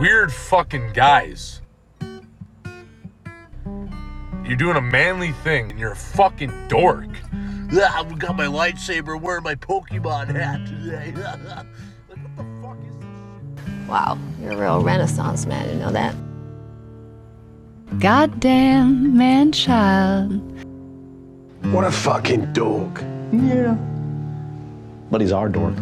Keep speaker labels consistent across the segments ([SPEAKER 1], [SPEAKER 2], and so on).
[SPEAKER 1] weird fucking guys. You're doing a manly thing and you're a fucking dork. Ah, I've got my lightsaber wearing my Pokemon hat today. like, what the fuck is this?
[SPEAKER 2] Wow, you're a real renaissance man, you know that?
[SPEAKER 3] Goddamn man child.
[SPEAKER 4] What a fucking dork.
[SPEAKER 5] Yeah. But he's our dork.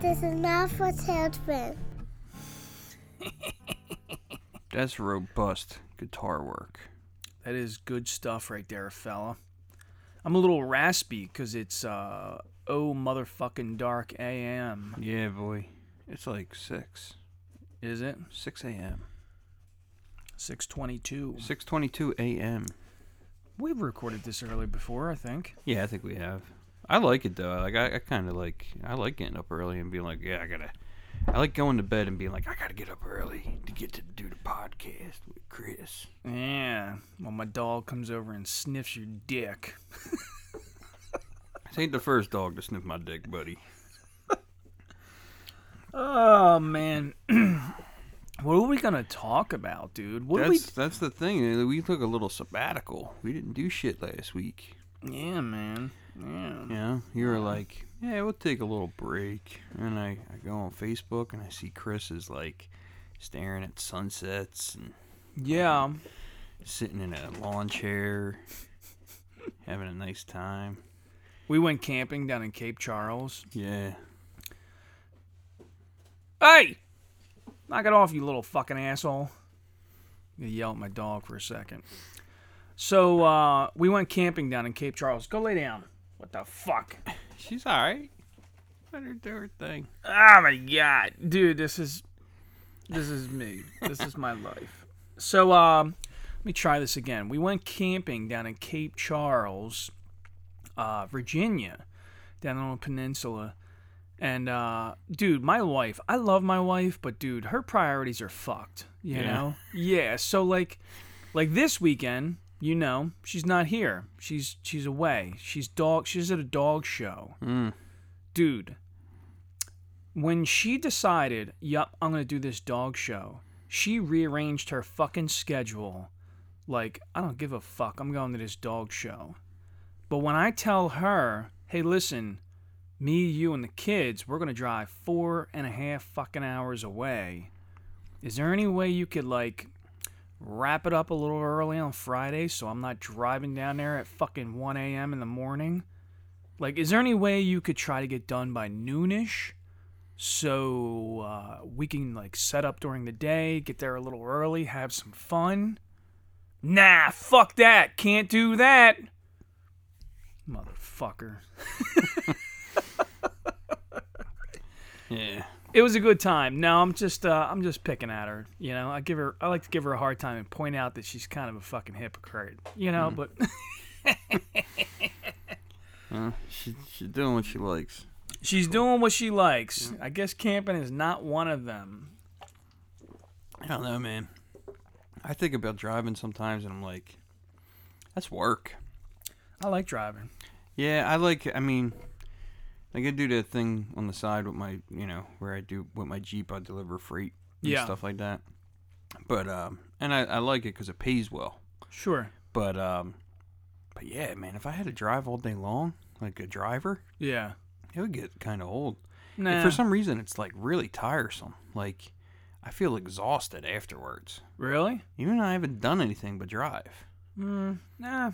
[SPEAKER 6] This is not for children.
[SPEAKER 7] That's robust guitar work.
[SPEAKER 8] That is good stuff right there, fella. I'm a little raspy because it's uh oh motherfucking dark AM,
[SPEAKER 7] Yeah, boy. It's like 6.
[SPEAKER 8] is it?
[SPEAKER 7] 6 a.m.
[SPEAKER 8] 6:22.
[SPEAKER 7] 6.22 a.m.
[SPEAKER 8] We've recorded this earlier before, I think.
[SPEAKER 7] Yeah, I think we have. I like it though. Like I, I kind of like I like getting up early and being like, yeah, I gotta. I like going to bed and being like, I gotta get up early to get to do the podcast with Chris.
[SPEAKER 8] Yeah. Well, my dog comes over and sniffs your dick.
[SPEAKER 7] This ain't the first dog to sniff my dick, buddy.
[SPEAKER 8] Oh man. what are we gonna talk about, dude? What are we?
[SPEAKER 7] that's that's the thing. We took a little sabbatical. We didn't do shit last week.
[SPEAKER 8] Yeah, man. Yeah.
[SPEAKER 7] Yeah, you were like, yeah, we'll take a little break. And I, I go on Facebook and I see Chris is like staring at sunsets and
[SPEAKER 8] Yeah.
[SPEAKER 7] sitting in a lawn chair, having a nice time.
[SPEAKER 8] We went camping down in Cape Charles.
[SPEAKER 7] Yeah.
[SPEAKER 8] Hey! Knock it off, you little fucking asshole. I'm gonna yell at my dog for a second. So, uh, we went camping down in Cape Charles. Go lay down. What the fuck?
[SPEAKER 7] She's all right. Let her do her thing.
[SPEAKER 8] Oh my god. Dude, this is this is me. this is my life. So, um, let me try this again. We went camping down in Cape Charles, uh, Virginia, down on the peninsula. And uh, dude, my wife, I love my wife, but dude, her priorities are fucked. You
[SPEAKER 7] Yeah.
[SPEAKER 8] know? Yeah. So like, like this weekend, you know, she's not here. She's she's away. She's dog. She's at a dog show. Dude, when she decided, yup, I'm gonna do this dog show. She rearranged her fucking schedule. Like, I don't give a fuck. I'm going to this dog show. But when I tell her, hey, listen, me, you, and the kids, we're going to drive four and a half fucking hours away. Is there any way you could, like, wrap it up a little early on Friday so I'm not driving down there at fucking 1 a.m. in the morning? Like, is there any way you could try to get done by noonish so uh, we can, like, set up during the day, get there a little early, have some fun? Nah, fuck that. Can't do that. Motherfucker.
[SPEAKER 7] Yeah.
[SPEAKER 8] it was a good time. No, I'm just uh, I'm just picking at her. You know, I give her I like to give her a hard time and point out that she's kind of a fucking hypocrite. You know,
[SPEAKER 7] Mm-hmm.
[SPEAKER 8] but
[SPEAKER 7] Huh? She, she's doing what she likes.
[SPEAKER 8] she's doing what she likes. I guess camping is not one of them.
[SPEAKER 7] I don't know, man. I think about driving sometimes and I'm like, that's work.
[SPEAKER 8] I like driving.
[SPEAKER 7] Yeah, I like. I mean, like I do that thing on the side with my, you know, where I do with my Jeep, I deliver freight and
[SPEAKER 8] Yeah.
[SPEAKER 7] stuff like that. But um, and I, I like it because it pays well.
[SPEAKER 8] Sure.
[SPEAKER 7] But um, but yeah, man, if I had to drive all day long like a driver,
[SPEAKER 8] Yeah.
[SPEAKER 7] it would get kind of old. And
[SPEAKER 8] Nah.
[SPEAKER 7] for some reason, it's like really tiresome. Like I feel exhausted afterwards,
[SPEAKER 8] really?
[SPEAKER 7] even though I haven't done anything but drive.
[SPEAKER 8] Mm, Nah.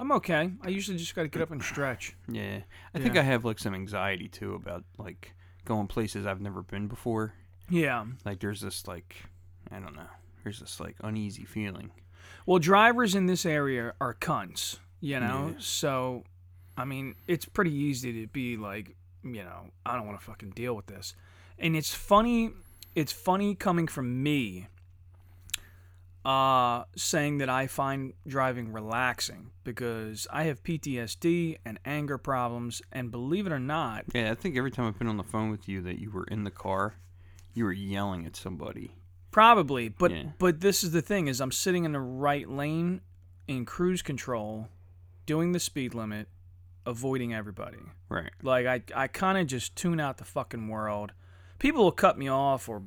[SPEAKER 8] I'm okay. I usually just got to get up and stretch.
[SPEAKER 7] Yeah, I think
[SPEAKER 8] Yeah.
[SPEAKER 7] I have like some anxiety too about like going places I've never been before.
[SPEAKER 8] Yeah.
[SPEAKER 7] like there's this like I don't know. There's this like uneasy feeling.
[SPEAKER 8] Well, drivers in this area are cunts, you know? So, I mean, it's pretty easy to be like, you know, I don't want to fucking deal with this. And it's funny, it's funny coming from me uh saying that I find driving relaxing because I have PTSD and anger problems and believe it or not,
[SPEAKER 7] Yeah, I think every time I've been on the phone with you that you were in the car, you were yelling at somebody.
[SPEAKER 8] Probably, but
[SPEAKER 7] Yeah.
[SPEAKER 8] but this is the thing: is I'm sitting in the right lane in cruise control, doing the speed limit, avoiding everybody.
[SPEAKER 7] Right.
[SPEAKER 8] Like I, I kind of just tune out the fucking world. People will cut me off or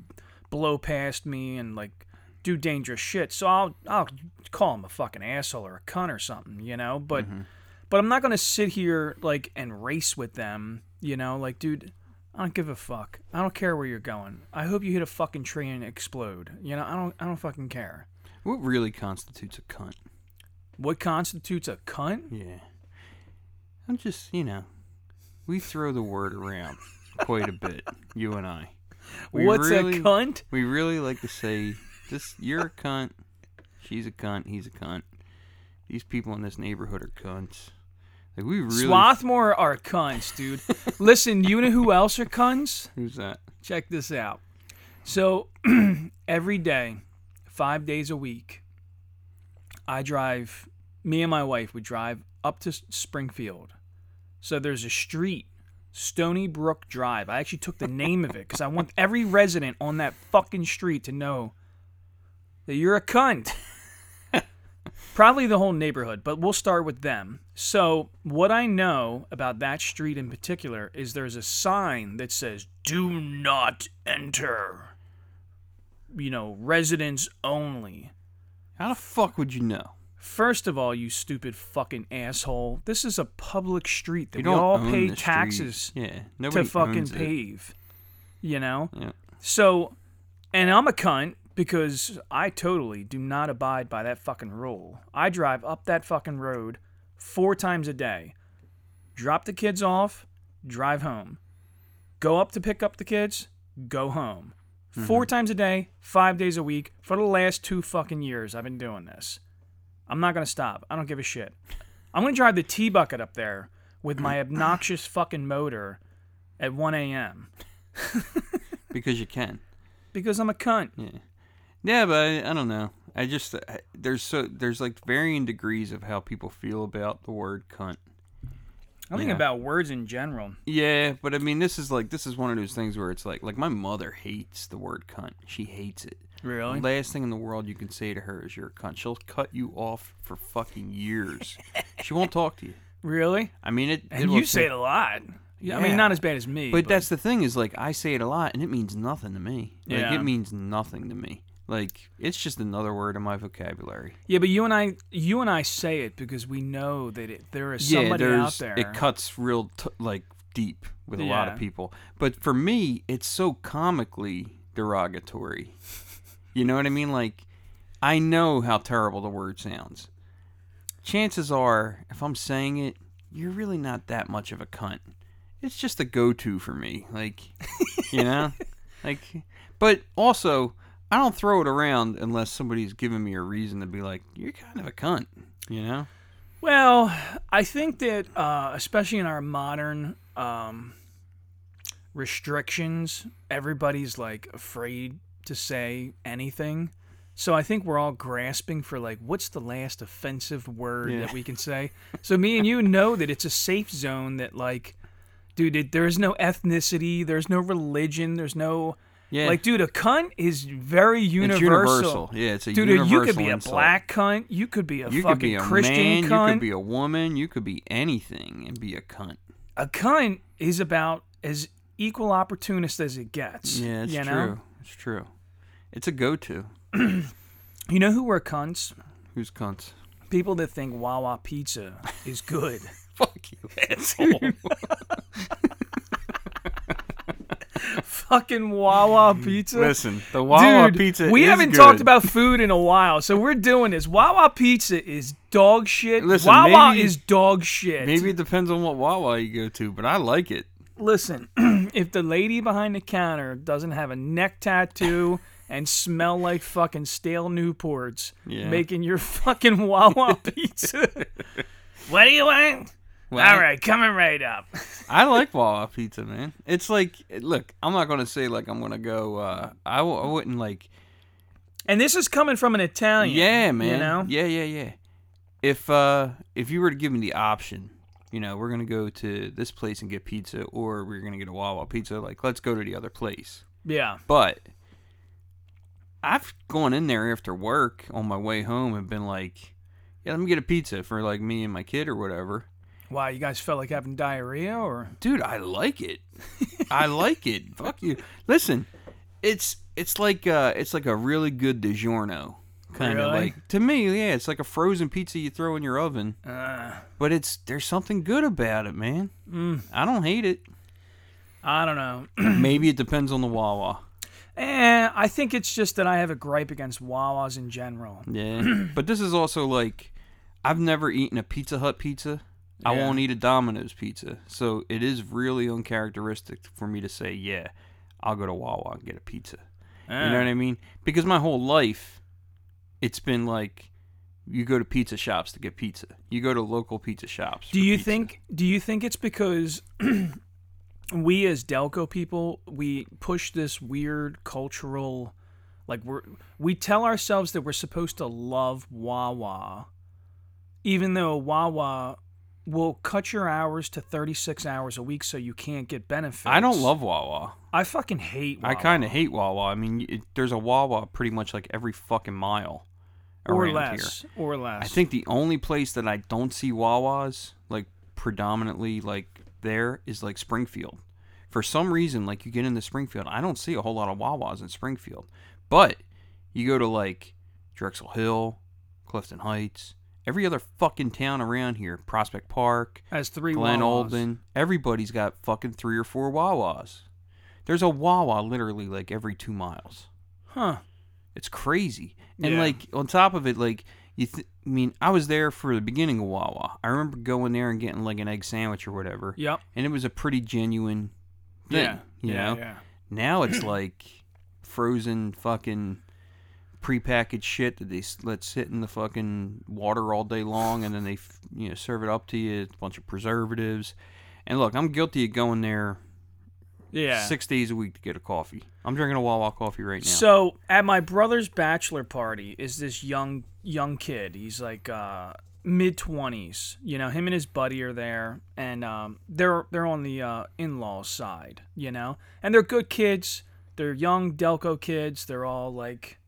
[SPEAKER 8] blow past me and like do dangerous shit. So I'll I'll call them a fucking asshole or a cunt or something, you know. But
[SPEAKER 7] Mm-hmm.
[SPEAKER 8] but I'm not gonna sit here like and race with them, you know. Like, dude, I don't give a fuck. I don't care where you're going. I hope you hit a fucking tree and explode. You know, I don't I don't fucking care.
[SPEAKER 7] What really constitutes a cunt?
[SPEAKER 8] What constitutes a cunt?
[SPEAKER 7] Yeah. I'm just, you know, we throw the word around quite a bit, you and I. We
[SPEAKER 8] What's
[SPEAKER 7] really-
[SPEAKER 8] a cunt?
[SPEAKER 7] We really like to say, just you're a cunt, she's a cunt, he's a cunt. These people in this neighborhood are cunts. Like we really
[SPEAKER 8] Swarthmore are cunts, dude. Listen, you know who else are cunts?
[SPEAKER 7] who's that?
[SPEAKER 8] Check this out. So every day, five days a week, I drive. Me and my wife would drive up to S- Springfield. So there's a street, Stony Brook Drive. I actually took the name of it because I want every resident on that fucking street to know that you're a cunt. Probably the whole neighborhood, but we'll start with them. So, what I know about that street in particular is there's a sign that says, Do not enter. You know, residents only.
[SPEAKER 7] How the fuck would you know?
[SPEAKER 8] First of all, you stupid fucking asshole, this is a public street that
[SPEAKER 7] You
[SPEAKER 8] we all
[SPEAKER 7] own
[SPEAKER 8] pay
[SPEAKER 7] the street.
[SPEAKER 8] taxes
[SPEAKER 7] Yeah, nobody
[SPEAKER 8] to fucking
[SPEAKER 7] owns it.
[SPEAKER 8] pave. You know?
[SPEAKER 7] Yeah.
[SPEAKER 8] So, and I'm a cunt because I totally do not abide by that fucking rule. I drive up that fucking road four times a day, drop the kids off, drive home, go up to pick up the kids, go home. Four times a day, five days a week, for the last two fucking years, I've been doing this. I'm not gonna stop. I don't give a shit. I'm gonna drive the T bucket up there with my obnoxious fucking motor at 1 a.m.
[SPEAKER 7] Because you can.
[SPEAKER 8] because I'm a cunt.
[SPEAKER 7] Yeah, but I, I don't know. I just I, there's so there's like varying degrees of how people feel about the word cunt.
[SPEAKER 8] I think
[SPEAKER 7] Yeah.
[SPEAKER 8] about words in general.
[SPEAKER 7] Yeah, but I mean, this is like this is one of those things where it's like like my mother hates the word cunt. She hates it.
[SPEAKER 8] Really?
[SPEAKER 7] The last thing in the world you can say to her is you're a cunt. She'll cut you off for fucking years. she won't talk to you.
[SPEAKER 8] Really?
[SPEAKER 7] I mean, it.
[SPEAKER 8] And
[SPEAKER 7] it'll
[SPEAKER 8] you say
[SPEAKER 7] take-
[SPEAKER 8] it a lot. Yeah. I
[SPEAKER 7] Yeah.
[SPEAKER 8] mean, not as bad as me.
[SPEAKER 7] But, that's the thing is like I say it a lot and it means nothing to me. Like
[SPEAKER 8] Yeah.
[SPEAKER 7] it means nothing to me. Like it's just another word in my vocabulary.
[SPEAKER 8] yeah. But you and I, you and I say it because we know that it, there is somebody out
[SPEAKER 7] there's-
[SPEAKER 8] there.
[SPEAKER 7] It cuts real t- like deep with a lot of
[SPEAKER 8] Yeah.
[SPEAKER 7] people. But for me, it's so comically derogatory. you know what I mean? Like I know how terrible the word sounds. Chances are, if I'm saying it, you're really not that much of a cunt. It's just a go-to for me. Like, you know, like. But also, I don't throw it around unless somebody's giving me a reason to be like, "You're kind of a cunt," you know.
[SPEAKER 8] Well, I think that uh, especially in our modern um, restrictions, everybody's like afraid to say anything. So I think we're all grasping for like what's the last offensive word
[SPEAKER 7] Yeah.
[SPEAKER 8] that we can say. So me and you know that it's a safe zone that like dude it, there's no ethnicity, there's no religion, there's no
[SPEAKER 7] Yeah.
[SPEAKER 8] like dude a cunt is very
[SPEAKER 7] It's
[SPEAKER 8] universal.
[SPEAKER 7] universal. Yeah, it's a
[SPEAKER 8] Dude,
[SPEAKER 7] universal.
[SPEAKER 8] you could be
[SPEAKER 7] insult.
[SPEAKER 8] a black cunt. You could be a
[SPEAKER 7] you
[SPEAKER 8] fucking
[SPEAKER 7] could be a
[SPEAKER 8] Christian
[SPEAKER 7] man,
[SPEAKER 8] cunt.
[SPEAKER 7] you could be a woman, you could be anything and be a cunt.
[SPEAKER 8] a cunt is about as equal opportunist as it gets.
[SPEAKER 7] Yeah, it's
[SPEAKER 8] you
[SPEAKER 7] true.
[SPEAKER 8] know?
[SPEAKER 7] It's true. It's a go-to.
[SPEAKER 8] You know who are cunts?
[SPEAKER 7] Who's cunts?
[SPEAKER 8] People that think Wawa pizza is good.
[SPEAKER 7] Fuck you, asshole.
[SPEAKER 8] Fucking Wawa pizza.
[SPEAKER 7] Listen, the Wawa
[SPEAKER 8] Dude,
[SPEAKER 7] pizza.
[SPEAKER 8] We
[SPEAKER 7] is
[SPEAKER 8] haven't
[SPEAKER 7] good.
[SPEAKER 8] talked about food in a while, so we're doing this. Wawa pizza is dog shit.
[SPEAKER 7] Listen,
[SPEAKER 8] Wawa
[SPEAKER 7] maybe-
[SPEAKER 8] is dog shit.
[SPEAKER 7] Maybe it depends on what Wawa you go to, but I like it.
[SPEAKER 8] listen, if the lady behind the counter doesn't have a neck tattoo and smell like fucking stale Newports
[SPEAKER 7] Yeah.
[SPEAKER 8] making your fucking Wawa pizza, what do you want? All right, coming right up.
[SPEAKER 7] I like Wawa pizza, man. It's like, look, I'm not gonna say like I'm gonna go. Uh, I w- I wouldn't like.
[SPEAKER 8] And this is coming from an Italian.
[SPEAKER 7] Yeah, man.
[SPEAKER 8] Oh, You know?
[SPEAKER 7] Yeah, yeah, yeah. If uh if you were to give me the option, you know, we're gonna go to this place and get pizza, or we're gonna get a Wawa pizza. Like, let's go to the other place.
[SPEAKER 8] Yeah.
[SPEAKER 7] But I've gone in there after work on my way home and been like, yeah, let me get a pizza for like me and my kid or whatever.
[SPEAKER 8] Wow, you guys felt like having diarrhea or
[SPEAKER 7] Dude, I like it. I like it. Fuck you. Listen, it's it's like uh it's like a really good DiGiorno kind of
[SPEAKER 8] Really?
[SPEAKER 7] like to me. Yeah, it's like a frozen pizza you throw in your oven,
[SPEAKER 8] Uh.
[SPEAKER 7] but it's there's something good about it, man.
[SPEAKER 8] Mm.
[SPEAKER 7] I don't hate it.
[SPEAKER 8] I don't know.
[SPEAKER 7] Maybe it depends on the Wawa.
[SPEAKER 8] Eh, I think it's just that I have a gripe against Wawa's in general.
[SPEAKER 7] Yeah, but this is also like I've never eaten a Pizza Hut pizza. I
[SPEAKER 8] Yeah.
[SPEAKER 7] won't eat a Domino's pizza, so it is really uncharacteristic for me to say, "Yeah, I'll go to Wawa and get a pizza." You know what I mean? Because my whole life, it's been like you go to pizza shops to get pizza. You go to local pizza shops.
[SPEAKER 8] Do
[SPEAKER 7] for
[SPEAKER 8] you
[SPEAKER 7] pizza.
[SPEAKER 8] think do you think it's because we as Delco people, we push this weird cultural like we're we tell ourselves that we're supposed to love Wawa even though Wawa will cut your hours to 36 hours a week so you can't get benefits.
[SPEAKER 7] I don't love Wawa.
[SPEAKER 8] I fucking hate Wawa.
[SPEAKER 7] I kind of hate Wawa. I mean, it, there's a Wawa pretty much like every fucking mile
[SPEAKER 8] or
[SPEAKER 7] around here.
[SPEAKER 8] less or less.
[SPEAKER 7] I think the only place that I don't see Wawas like predominantly like there is like Springfield. For some reason, like you get into Springfield, I don't see a whole lot of Wawas in Springfield. But you go to like Drexel Hill, Clifton Heights, every other fucking town around here, Prospect Park,
[SPEAKER 8] as three
[SPEAKER 7] Glen
[SPEAKER 8] Wawas.
[SPEAKER 7] Olden, everybody's got fucking three or four Wawas. There's a Wawa literally like every two miles.
[SPEAKER 8] Huh.
[SPEAKER 7] It's crazy. And
[SPEAKER 8] Yeah.
[SPEAKER 7] like on top of it, like you, th- I mean, I was there for the beginning of Wawa. I remember going there and getting like an egg sandwich or whatever,
[SPEAKER 8] Yep.
[SPEAKER 7] and it was a pretty genuine thing.
[SPEAKER 8] yeah.
[SPEAKER 7] you
[SPEAKER 8] yeah,
[SPEAKER 7] know.
[SPEAKER 8] yeah.
[SPEAKER 7] Now it's like frozen fucking prepackaged shit that they s- let sit in the fucking water all day long, and then they f- you know serve it up to you. It's a bunch of preservatives. And look, I'm guilty of going there
[SPEAKER 8] Yeah.
[SPEAKER 7] six days a week to get a coffee. I'm drinking a Wawa coffee right now.
[SPEAKER 8] So at my brother's bachelor party is this young young kid. He's like uh, mid twenties. You know, him and his buddy are there, and um, they're they're on the uh, in laws side. You know, and they're good kids. They're young Delco kids. They're all like,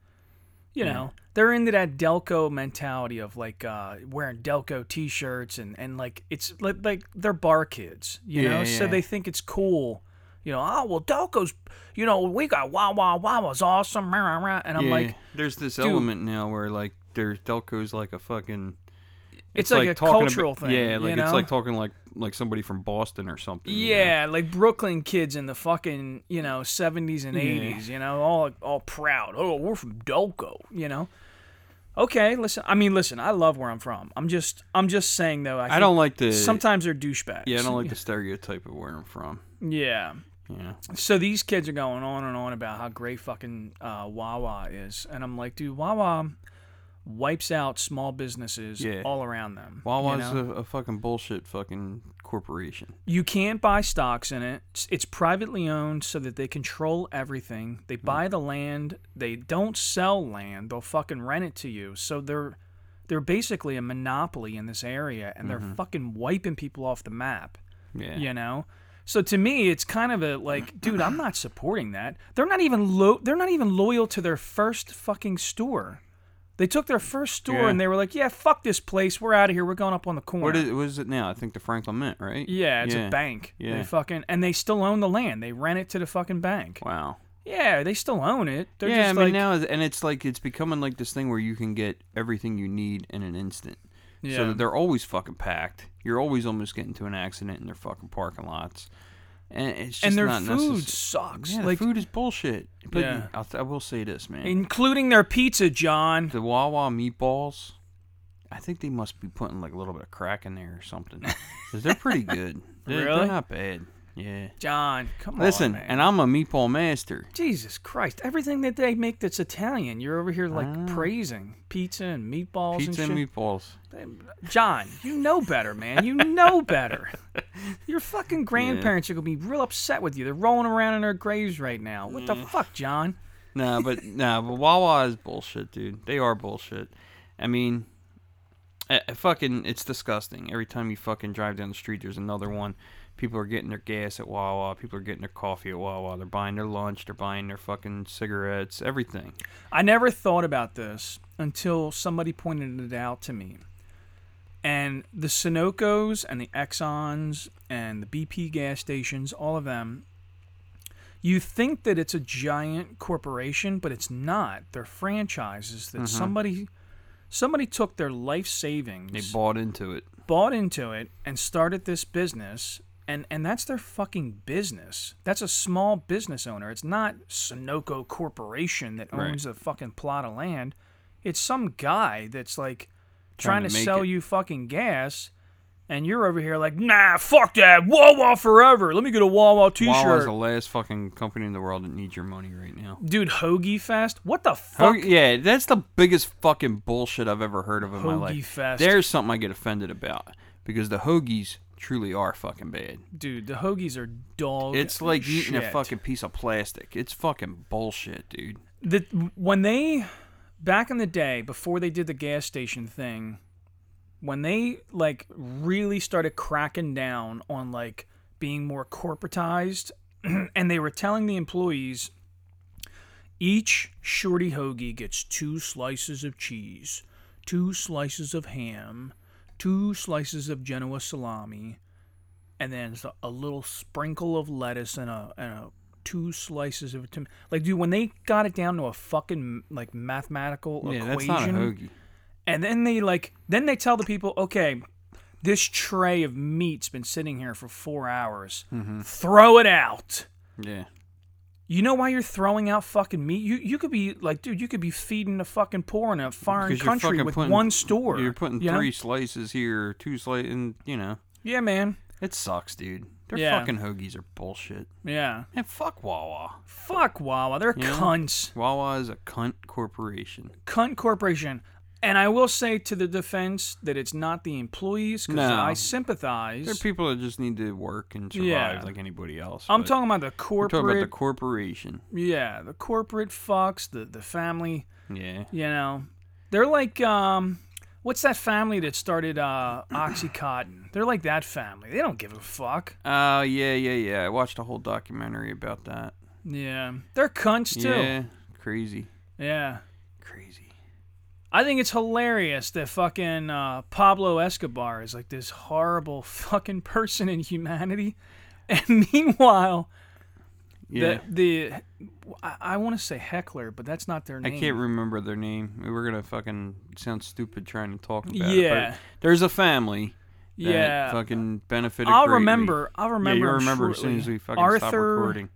[SPEAKER 8] you know, they're into that Delco mentality of like uh, wearing Delco t-shirts and and like it's like like they're bar kids. You know,
[SPEAKER 7] Yeah,
[SPEAKER 8] so
[SPEAKER 7] yeah.
[SPEAKER 8] they think it's cool. You know, oh well, Delco's. You know, we got wah wah wah was awesome, rah, rah, rah. and I'm
[SPEAKER 7] Yeah,
[SPEAKER 8] like,
[SPEAKER 7] yeah. there's this
[SPEAKER 8] dude-
[SPEAKER 7] element now where like there's Delco's like a fucking.
[SPEAKER 8] it's, like, a
[SPEAKER 7] talking about-
[SPEAKER 8] cultural thing.
[SPEAKER 7] Yeah,
[SPEAKER 8] you
[SPEAKER 7] like it's
[SPEAKER 8] know?
[SPEAKER 7] like talking like like somebody from Boston or something. you know?
[SPEAKER 8] yeah, like Brooklyn kids in the fucking you know 70s and 80s. You know, all all proud. Oh, we're from Delco. You know. Okay, listen. I mean, listen. I love where I'm from. I'm just, I'm just saying though. I,
[SPEAKER 7] I don't
[SPEAKER 8] think
[SPEAKER 7] like the.
[SPEAKER 8] Sometimes they're douchebags.
[SPEAKER 7] Yeah, I don't like the stereotype of where I'm from.
[SPEAKER 8] Yeah.
[SPEAKER 7] Yeah.
[SPEAKER 8] So these kids are going on and on about how great fucking uh, Wawa is, and I'm like, dude, Wawa wipes out small businesses
[SPEAKER 7] Yeah.
[SPEAKER 8] all around them.
[SPEAKER 7] Wawa's
[SPEAKER 8] you, know?
[SPEAKER 7] a, a fucking bullshit fucking corporation.
[SPEAKER 8] You can't buy stocks in it. It's, it's privately owned, so that they control everything. They
[SPEAKER 7] Hmm.
[SPEAKER 8] buy the land. They don't sell land. They'll fucking rent it to you. So they're they're basically a monopoly in this area,
[SPEAKER 7] Mm-hmm.
[SPEAKER 8] and they're fucking wiping people off the map.
[SPEAKER 7] Yeah.
[SPEAKER 8] you know so to me it's kind of a like dude i'm not supporting that they're not even lo- they're not even loyal to their first fucking store they took their first store
[SPEAKER 7] Yeah.
[SPEAKER 8] and they were like yeah fuck this place we're out of here we're going up on the corner
[SPEAKER 7] What is, what is it now? I think the Franklin Mint, right?
[SPEAKER 8] yeah it's a bank
[SPEAKER 7] Yeah.
[SPEAKER 8] they fucking and they still own the land they rent it to the fucking bank
[SPEAKER 7] Wow.
[SPEAKER 8] yeah they still own it they're
[SPEAKER 7] yeah,
[SPEAKER 8] just
[SPEAKER 7] I mean
[SPEAKER 8] like
[SPEAKER 7] now, and it's like it's becoming like this thing where you can get everything you need in an instant.
[SPEAKER 8] yeah.
[SPEAKER 7] So that they're always fucking packed. You're always almost getting to an accident in their fucking parking lots. And it's just
[SPEAKER 8] and their
[SPEAKER 7] not
[SPEAKER 8] food
[SPEAKER 7] necessary.
[SPEAKER 8] sucks
[SPEAKER 7] Yeah, the
[SPEAKER 8] like
[SPEAKER 7] food is bullshit. But
[SPEAKER 8] Yeah.
[SPEAKER 7] I'll th- I will say this, man.
[SPEAKER 8] including their pizza john
[SPEAKER 7] the Wawa meatballs, I think they must be putting like a little bit of crack in there or something. Because they're pretty good. They're, they're
[SPEAKER 8] Really?
[SPEAKER 7] not bad. Yeah.
[SPEAKER 8] john come on
[SPEAKER 7] Listen,
[SPEAKER 8] man.
[SPEAKER 7] and I'm a meatball master.
[SPEAKER 8] Jesus Christ! Everything that they make that's Italian, you're over here like
[SPEAKER 7] I know.
[SPEAKER 8] praising pizza and meatballs
[SPEAKER 7] Ah. Pizza and
[SPEAKER 8] and shit.
[SPEAKER 7] meatballs.
[SPEAKER 8] John, you know better, man. You know better. Your fucking grandparents are gonna be real upset with you. They're rolling around in their graves right now. What the fuck, John?
[SPEAKER 7] nah, but nah, but Wawa is bullshit, dude. They are bullshit. I mean, I, I fucking, it's disgusting. Every time you fucking drive down the street, there's another one. People are getting their gas at Wawa. People are getting their coffee at Wawa. They're buying their lunch. They're buying their fucking cigarettes. Everything.
[SPEAKER 8] I never thought about this until somebody pointed it out to me. And the Sunoco's and the Exxons and the BP gas stations, all of them, you think that it's a giant corporation, but it's not. They're franchises that somebody somebody took their life savings
[SPEAKER 7] They bought into it.
[SPEAKER 8] bought into it and started this business and and that's their fucking business that's a small business owner it's not sunoco corporation that
[SPEAKER 7] Right.
[SPEAKER 8] owns a fucking plot of land it's some guy that's like trying,
[SPEAKER 7] Trying to
[SPEAKER 8] to,
[SPEAKER 7] make
[SPEAKER 8] sell
[SPEAKER 7] it.
[SPEAKER 8] you fucking gas and you're over here like nah fuck that wawa forever let me get a wawa
[SPEAKER 7] Wawa's
[SPEAKER 8] t-shirt
[SPEAKER 7] the last fucking company in the world that needs your money right now.
[SPEAKER 8] dude hoagie fest what the
[SPEAKER 7] Ho-
[SPEAKER 8] fuck
[SPEAKER 7] yeah, that's the biggest fucking bullshit I've ever heard of in my
[SPEAKER 8] Hoagie
[SPEAKER 7] life.
[SPEAKER 8] fest.
[SPEAKER 7] There's something I get offended about because the hoagies truly are fucking bad.
[SPEAKER 8] dude the hoagies are dog
[SPEAKER 7] it's like
[SPEAKER 8] shit.
[SPEAKER 7] eating a fucking piece of plastic. It's fucking bullshit, dude.
[SPEAKER 8] the when they back in the day before they did the gas station thing when they like really started cracking down on like being more corporatized and they were telling the employees each shorty hoagie gets two slices of cheese two slices of ham two slices of genoa salami and then s- a little sprinkle of lettuce and a and a two slices of tomato. Like, dude, when they got it down to a fucking like mathematical
[SPEAKER 7] Yeah,
[SPEAKER 8] equation,
[SPEAKER 7] that's not a hoagie.
[SPEAKER 8] and then they like then they tell the people, okay, this tray of meat's been sitting here for four hours.
[SPEAKER 7] Mm-hmm.
[SPEAKER 8] Throw it out.
[SPEAKER 7] Yeah.
[SPEAKER 8] You know why you're throwing out fucking meat? You you could be like, dude, you could be feeding the fucking poor in a foreign
[SPEAKER 7] Because you're
[SPEAKER 8] country
[SPEAKER 7] fucking
[SPEAKER 8] with
[SPEAKER 7] putting-
[SPEAKER 8] one store.
[SPEAKER 7] You're putting
[SPEAKER 8] you know?
[SPEAKER 7] three slices here, two slices, and you know
[SPEAKER 8] Yeah, man.
[SPEAKER 7] it sucks, dude. Their
[SPEAKER 8] Yeah.
[SPEAKER 7] fucking hoagies are bullshit.
[SPEAKER 8] Yeah.
[SPEAKER 7] And fuck Wawa.
[SPEAKER 8] Fuck Wawa. They're
[SPEAKER 7] you know?
[SPEAKER 8] cunts.
[SPEAKER 7] Wawa is a cunt corporation.
[SPEAKER 8] cunt corporation. And I will say to the defense that it's not the employees because
[SPEAKER 7] No.
[SPEAKER 8] I
[SPEAKER 7] There are
[SPEAKER 8] sympathize.
[SPEAKER 7] people that just need to work and survive
[SPEAKER 8] Yeah.
[SPEAKER 7] like anybody else.
[SPEAKER 8] I'm
[SPEAKER 7] but
[SPEAKER 8] talking about the
[SPEAKER 7] we're
[SPEAKER 8] corporate.
[SPEAKER 7] talking about the corporation.
[SPEAKER 8] yeah, the corporate fucks, the the family.
[SPEAKER 7] Yeah.
[SPEAKER 8] You know, they're like um, what's that family that started uh OxyContin? They're like that family. They don't give a fuck.
[SPEAKER 7] Oh yeah, yeah, yeah. I watched a whole documentary about that.
[SPEAKER 8] Yeah, they're cunts too.
[SPEAKER 7] Yeah. Crazy.
[SPEAKER 8] yeah.
[SPEAKER 7] Crazy.
[SPEAKER 8] I think it's hilarious that fucking uh, Pablo Escobar is like this horrible fucking person in humanity, and meanwhile,
[SPEAKER 7] Yeah.
[SPEAKER 8] the the I, I want to say heckler, but that's not their
[SPEAKER 7] I
[SPEAKER 8] name.
[SPEAKER 7] can't remember their name. We were gonna fucking sound stupid trying to talk about it.
[SPEAKER 8] Yeah.
[SPEAKER 7] but There's a family. That
[SPEAKER 8] Yeah.
[SPEAKER 7] Fucking benefited.
[SPEAKER 8] I'll
[SPEAKER 7] greatly.
[SPEAKER 8] remember. I'll remember.
[SPEAKER 7] Yeah, you
[SPEAKER 8] him
[SPEAKER 7] remember as soon
[SPEAKER 8] shortly.
[SPEAKER 7] as we fucking
[SPEAKER 8] Arthur,
[SPEAKER 7] stop recording.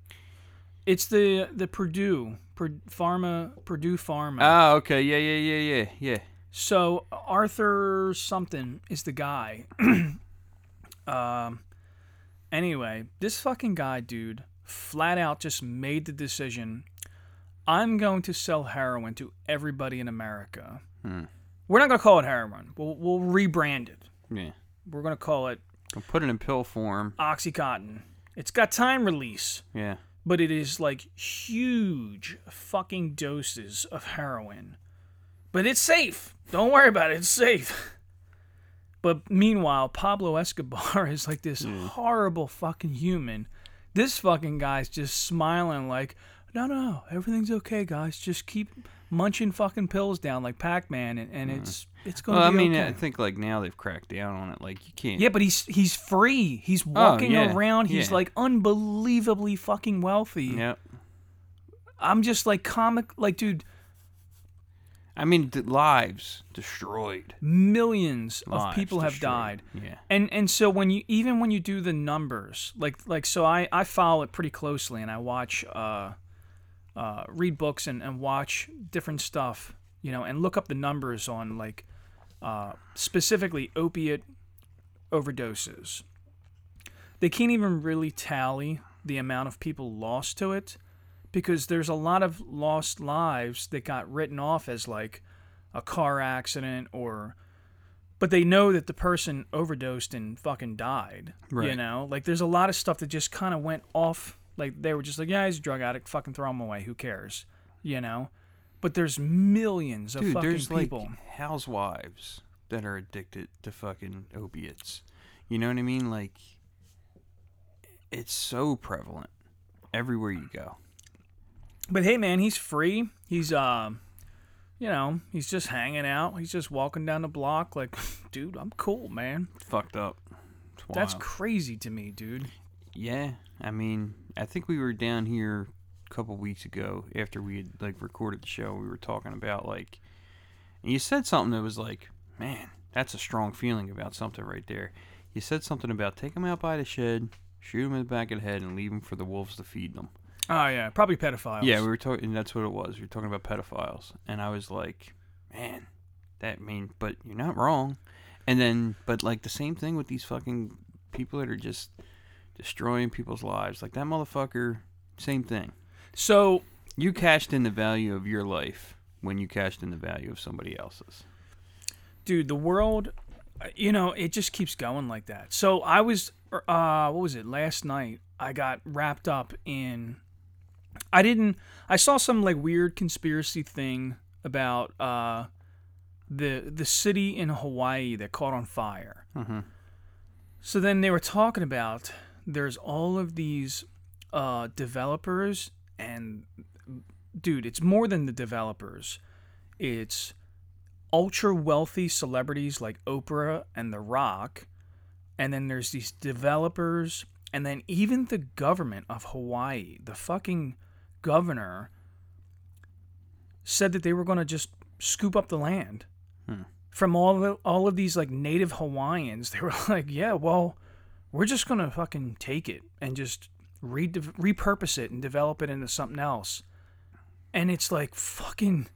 [SPEAKER 8] It's the the Purdue Pur- Pharma Purdue Pharma.
[SPEAKER 7] Oh, okay. Yeah, yeah, yeah, yeah, yeah.
[SPEAKER 8] so Arthur something is the guy. um. Anyway, this fucking guy, dude, flat out just made the decision. I'm going to sell heroin to everybody in America. We're not going to call it heroin. We'll, we'll rebrand it.
[SPEAKER 7] Yeah.
[SPEAKER 8] We're going to call it
[SPEAKER 7] I'll put it in pill form.
[SPEAKER 8] Oxycontin. It's got time release,
[SPEAKER 7] Yeah.
[SPEAKER 8] but it is like huge fucking doses of heroin. But it's safe. Don't worry about it. It's safe. But meanwhile, Pablo Escobar is like this
[SPEAKER 7] Mm.
[SPEAKER 8] horrible fucking human. This fucking guy's just smiling like, no, no, everything's okay, guys. Just keep munching fucking pills down like Pac-Man, and, and it's it's
[SPEAKER 7] Mm.
[SPEAKER 8] gonna
[SPEAKER 7] Well, I
[SPEAKER 8] be
[SPEAKER 7] mean, uh,
[SPEAKER 8] okay.
[SPEAKER 7] I think like now they've cracked down on it. Like you can't.
[SPEAKER 8] Yeah, but he's he's free. He's walking
[SPEAKER 7] Oh, yeah,
[SPEAKER 8] around. He's
[SPEAKER 7] yeah.
[SPEAKER 8] like unbelievably fucking wealthy.
[SPEAKER 7] Yep.
[SPEAKER 8] I'm just like comic like dude,
[SPEAKER 7] I mean, d- lives destroyed.
[SPEAKER 8] millions of
[SPEAKER 7] Lives
[SPEAKER 8] people have
[SPEAKER 7] destroyed.
[SPEAKER 8] died.
[SPEAKER 7] Yeah.
[SPEAKER 8] And and so when you even when you do the numbers, like like so I I follow it pretty closely and I watch uh uh read books and and watch different stuff, you know, and look up the numbers on like uh specifically opiate overdoses. They can't even really tally the amount of people lost to it because there's a lot of lost lives that got written off as like a car accident or but they know that the person overdosed and fucking died. You
[SPEAKER 7] Right.
[SPEAKER 8] know, like there's a lot of stuff that just kind of went off. Like they were just like, yeah, he's a drug addict. Fucking throw him away. Who cares? You know. But there's millions of
[SPEAKER 7] Dude,
[SPEAKER 8] fucking
[SPEAKER 7] there's
[SPEAKER 8] people.
[SPEAKER 7] like housewives that are addicted to fucking opiates. You know what I mean? Like, it's so prevalent everywhere you go.
[SPEAKER 8] But hey, man, he's free. He's um, you know, he's just hanging out. He's just walking down the block, like, dude, I'm cool, man.
[SPEAKER 7] It's fucked up. It's
[SPEAKER 8] That's
[SPEAKER 7] wild.
[SPEAKER 8] crazy to me, dude.
[SPEAKER 7] yeah. I mean, I think we were down here a couple weeks ago after we had like recorded the show. We were talking about like, and you said something that was like, man, that's a strong feeling about something right there. You said something about take him out by the shed, shoot him in the back of the head, and leave him for the wolves to feed them.
[SPEAKER 8] Oh yeah, probably pedophiles.
[SPEAKER 7] Yeah, we were talking. That's what it was. We were talking about pedophiles, and I was like, "Man, that mean." But you're not wrong. And then, but like the same thing with these fucking people that are just destroying people's lives. Like that motherfucker. Same thing.
[SPEAKER 8] So
[SPEAKER 7] You cashed in the value of your life when you cashed in the value of somebody else's.
[SPEAKER 8] dude the world uh, you know it just keeps going like that so i was uh what was it last night i got wrapped up in i didn't i saw some like weird conspiracy thing about uh the the city in hawaii that caught on fire so then they were talking about there's all of these uh developers and dude it's more than the developers it's ultra wealthy celebrities like Oprah and The Rock, and then there's these developers, and then even the government of Hawaii, the fucking governor, said that they were going to just scoop up the land from all the, all of these like native Hawaiians. They were like, yeah, well, we're just going to fucking take it and just re- repurpose it and develop it into something else. And it's like fucking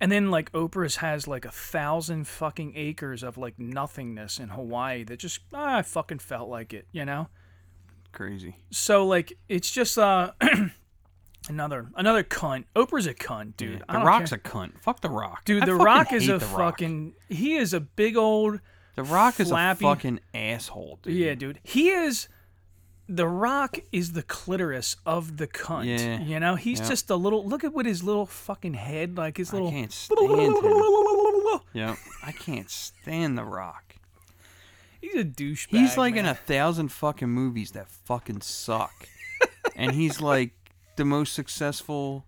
[SPEAKER 8] and then like Oprah's has like a thousand fucking acres of like nothingness in Hawaii that just ah, I fucking felt like it, you know.
[SPEAKER 7] Crazy.
[SPEAKER 8] So like it's just uh another another cunt. Oprah's a cunt, dude. I
[SPEAKER 7] The
[SPEAKER 8] don't
[SPEAKER 7] Rock's
[SPEAKER 8] care.
[SPEAKER 7] a cunt. Fuck the Rock.
[SPEAKER 8] dude.
[SPEAKER 7] I
[SPEAKER 8] the
[SPEAKER 7] fucking
[SPEAKER 8] Rock is
[SPEAKER 7] hate
[SPEAKER 8] a
[SPEAKER 7] The Rock.
[SPEAKER 8] fucking he is a big old
[SPEAKER 7] The Rock is
[SPEAKER 8] flappy-
[SPEAKER 7] a fucking asshole, dude.
[SPEAKER 8] yeah, dude. He is. The Rock is the clitoris of the cunt.
[SPEAKER 7] Yeah.
[SPEAKER 8] You know, he's
[SPEAKER 7] Yeah.
[SPEAKER 8] just a little. Look at what his little fucking head, like his
[SPEAKER 7] I
[SPEAKER 8] little.
[SPEAKER 7] can't stand him. Yeah, I can't stand The Rock.
[SPEAKER 8] He's a douchebag.
[SPEAKER 7] He's like
[SPEAKER 8] man.
[SPEAKER 7] in a thousand fucking movies that fucking suck. and he's like the most successful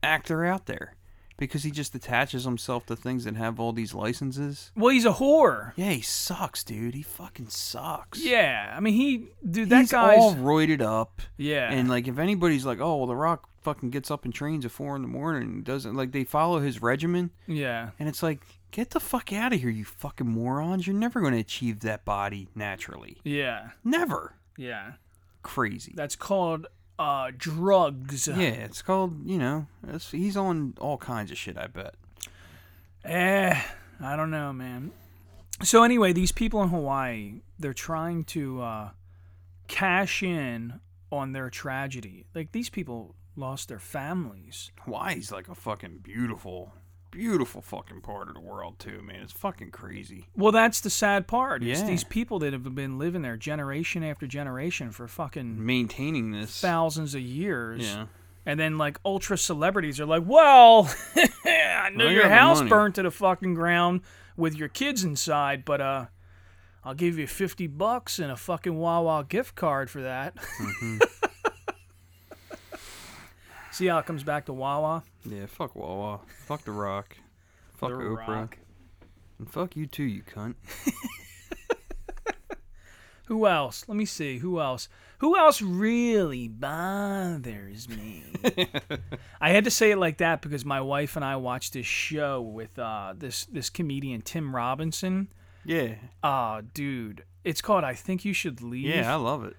[SPEAKER 7] actor out there because he just attaches himself to things that have all these licenses.
[SPEAKER 8] Well, he's a whore.
[SPEAKER 7] Yeah, he sucks, dude. He fucking sucks.
[SPEAKER 8] Yeah, I mean he dude that
[SPEAKER 7] he's
[SPEAKER 8] guy's
[SPEAKER 7] all roided up.
[SPEAKER 8] yeah
[SPEAKER 7] And like if anybody's like, "Oh, well, The Rock fucking gets up and trains at 4 in the morning and doesn't like they follow his regimen."
[SPEAKER 8] yeah
[SPEAKER 7] And it's like, "Get the fuck out of here, you fucking morons. You're never going to achieve that body naturally.
[SPEAKER 8] yeah
[SPEAKER 7] Never."
[SPEAKER 8] yeah
[SPEAKER 7] Crazy.
[SPEAKER 8] that's called uh drugs
[SPEAKER 7] Yeah, it's called, you know, it's, he's on all kinds of shit, I bet.
[SPEAKER 8] eh I don't know man so anyway these people in Hawaii they're trying to uh cash in on their tragedy like these people lost their families
[SPEAKER 7] Hawaii's like a fucking beautiful, beautiful fucking part of the world, too, man. It's fucking crazy.
[SPEAKER 8] well that's the sad part it's
[SPEAKER 7] Yeah.
[SPEAKER 8] these people that have been living there generation after generation for fucking
[SPEAKER 7] Maintaining this.
[SPEAKER 8] thousands of years
[SPEAKER 7] Yeah.
[SPEAKER 8] And then like ultra celebrities are like, well, I know
[SPEAKER 7] I got
[SPEAKER 8] your
[SPEAKER 7] the
[SPEAKER 8] house
[SPEAKER 7] money."
[SPEAKER 8] burnt to the fucking ground with your kids inside, but uh, I'll give you fifty bucks and a fucking Wawa gift card for that.
[SPEAKER 7] Mm-hmm.
[SPEAKER 8] See how it comes back to Wawa.
[SPEAKER 7] Yeah, fuck Wawa. Fuck The Rock. Fuck
[SPEAKER 8] The
[SPEAKER 7] Oprah.
[SPEAKER 8] Rock.
[SPEAKER 7] And fuck you, too, you cunt.
[SPEAKER 8] Who else? Let me see. Who else? Who else really bothers me? I had to say it like that because my wife and I watched this show with uh, this this comedian Tim Robinson.
[SPEAKER 7] Yeah.
[SPEAKER 8] Ah, dude. It's called I Think You Should Leave.
[SPEAKER 7] Yeah, I love it.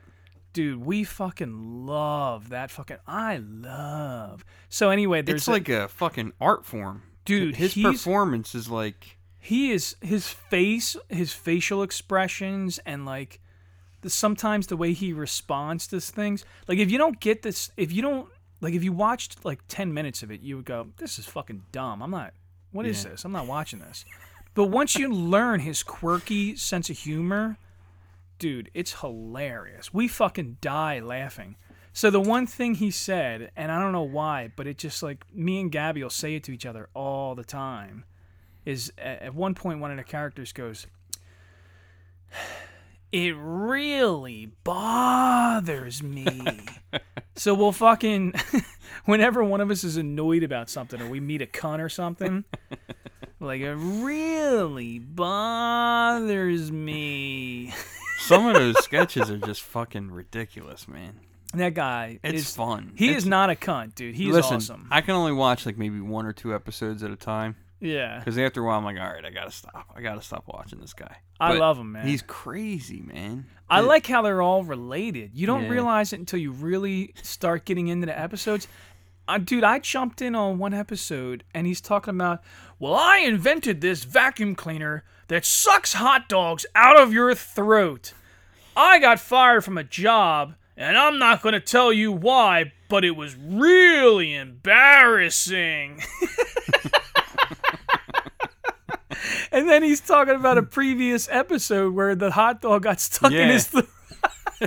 [SPEAKER 8] Dude, we fucking love that fucking I love. So anyway, there's
[SPEAKER 7] it's
[SPEAKER 8] a-
[SPEAKER 7] like a fucking art form.
[SPEAKER 8] Dude,
[SPEAKER 7] his
[SPEAKER 8] he's-
[SPEAKER 7] performance is like.
[SPEAKER 8] he is his face, his facial expressions and like the, sometimes the way he responds to things. Like if you don't get this if you don't like if you watched like 10 minutes of it, you would go, "This is fucking dumb. I'm not What is
[SPEAKER 7] Yeah.
[SPEAKER 8] this? I'm not watching this." But once you learn his quirky sense of humor, dude, it's hilarious. We fucking die laughing. So the one thing he said, and I don't know why, but it just like me and Gabby will say it to each other all the time, is a- at one point one of the characters goes, "It really bothers me So we'll fucking whenever one of us is annoyed about something or we meet a cunt or something, like it really bothers me.
[SPEAKER 7] Some of those sketches are just fucking ridiculous, man.
[SPEAKER 8] That guy
[SPEAKER 7] It's
[SPEAKER 8] is
[SPEAKER 7] fun.
[SPEAKER 8] He
[SPEAKER 7] It's-
[SPEAKER 8] is not a cunt, dude. He's
[SPEAKER 7] Listen,
[SPEAKER 8] awesome.
[SPEAKER 7] I can only watch like maybe one or two episodes at a time
[SPEAKER 8] yeah.
[SPEAKER 7] because after a while I'm like, all right, I gotta stop. I gotta stop watching this guy.
[SPEAKER 8] I
[SPEAKER 7] But
[SPEAKER 8] love him, man.
[SPEAKER 7] He's crazy, man.
[SPEAKER 8] I
[SPEAKER 7] It-
[SPEAKER 8] like how they're all related. You don't
[SPEAKER 7] Yeah.
[SPEAKER 8] realize it until you really start getting into the episodes. Uh, dude, I jumped in on one episode and he's talking about, well, I invented this vacuum cleaner that sucks hot dogs out of your throat. I got fired from a job and I'm not going to tell you why, but it was really embarrassing. and then he's talking about a previous episode where the hot dog got stuck in
[SPEAKER 7] Yeah.
[SPEAKER 8] his throat.